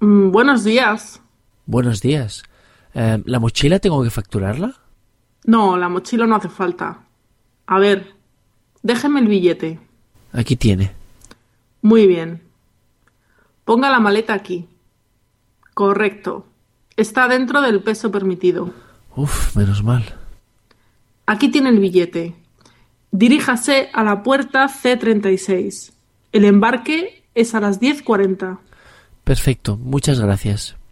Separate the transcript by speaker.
Speaker 1: Mm, buenos días.
Speaker 2: Buenos días. Eh, ¿La mochila tengo que facturarla?
Speaker 1: No, la mochila no hace falta. A ver, déjeme el billete.
Speaker 2: Aquí tiene.
Speaker 1: Muy bien. Ponga la maleta aquí. Correcto. Está dentro del peso permitido.
Speaker 2: Uf, menos mal.
Speaker 1: Aquí tiene el billete. Diríjase a la puerta C36. El embarque es a las 10.40.
Speaker 2: Perfecto, muchas gracias.